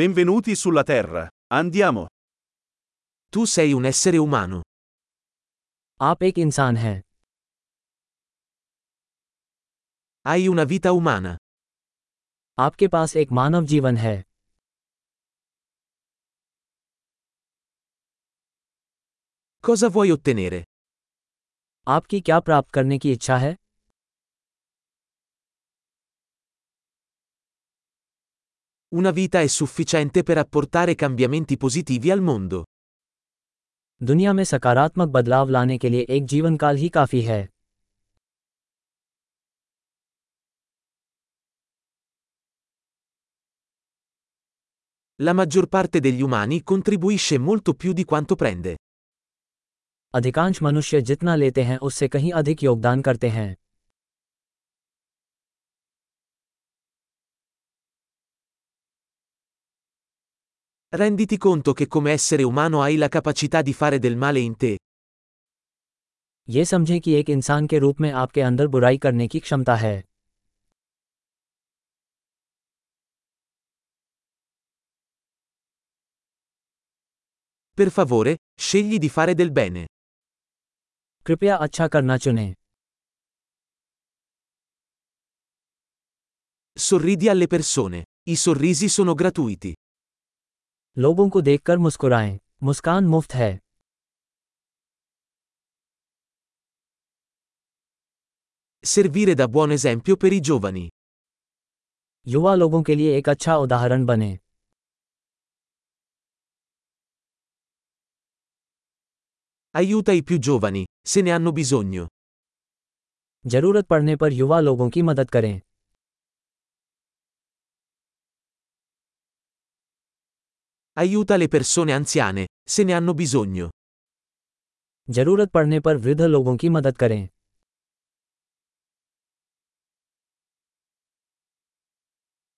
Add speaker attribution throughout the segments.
Speaker 1: Benvenuti sulla Terra. Andiamo.
Speaker 2: Tu sei un essere umano.
Speaker 3: आप एक इंसान हैं
Speaker 2: Hai una vita umana.
Speaker 3: आपके पास एक मानव जीवन है
Speaker 2: Cosa vuoi ottenere?
Speaker 3: आपकी क्या प्राप्त करने की इच्छा है
Speaker 2: Una vita è sufficiente per apportare cambiamenti positivi al mondo.
Speaker 3: दुनिया में सकारात्मक बदलाव लाने के लिए एक जीवन काल ही काफी है
Speaker 2: La maggior parte degli umani contribuisce molto più di quanto prende.
Speaker 3: अधिकांश मनुष्य जितना लेते हैं उससे कहीं अधिक योगदान करते हैं
Speaker 2: Renditi conto che come essere umano hai la capacità di fare del male in te.
Speaker 3: ये समझें कि एक इंसान के रूप में आपके अंदर बुराई करने की क्षमता है
Speaker 2: Per favore, scegli di fare del bene.
Speaker 3: कृपया अच्छा करना चुनें
Speaker 2: Sorridi alle persone. I sorrisi sono gratuiti.
Speaker 3: लोगों को देखकर मुस्कुराएं मुस्कान मुफ्त है
Speaker 2: Servire da buon esempio per i giovani.
Speaker 3: युवा लोगों के लिए एक अच्छा उदाहरण बने
Speaker 2: Aiuta i più giovani, se ne hanno bisogno.
Speaker 3: जरूरत पड़ने पर युवा लोगों की मदद करें
Speaker 2: Aiuta le persone anziane, se ne hanno bisogno.
Speaker 3: जरूरत पड़ने पर वृद्ध लोगों की मदद करें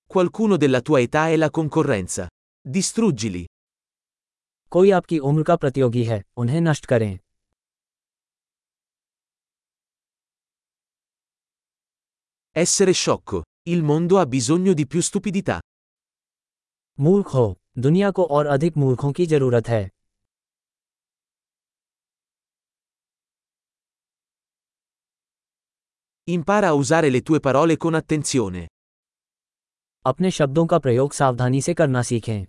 Speaker 2: Qualcuno della tua età è la concorrenza. Distruggili.
Speaker 3: कोई आपकी उम्र का प्रतियोगी है उन्हें नष्ट करें
Speaker 2: Essere sciocco. Il mondo ha bisogno di più stupidità.
Speaker 3: मूर्ख हो दुनिया को और अधिक मूर्खों की जरूरत है
Speaker 2: Impara a usare le tue parole con attenzione.
Speaker 3: अपने शब्दों का प्रयोग सावधानी से करना सीखें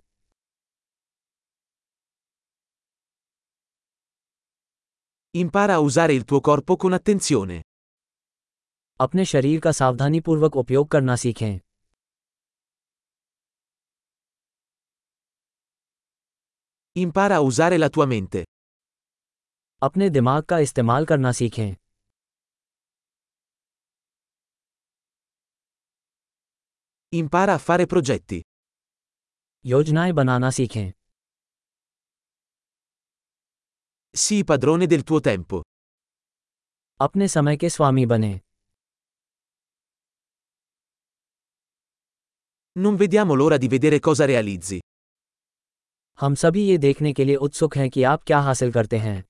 Speaker 2: Impara a usare il tuo corpo con attenzione.
Speaker 3: अपने शरीर का सावधानीपूर्वक उपयोग करना सीखें
Speaker 2: Impara a usare la tua mente.
Speaker 3: अपने दिमाग का इस्तेमाल करना सीखें
Speaker 2: Impara a fare progetti.
Speaker 3: योजनाएं बनाना सीखें
Speaker 2: Sii padrone del tuo tempo.
Speaker 3: अपने समय के स्वामी बने
Speaker 2: Non vediamo l'ora di vedere cosa realizzi.
Speaker 3: हम सभी ये देखने के लिए उत्सुक हैं कि आप क्या हासिल करते हैं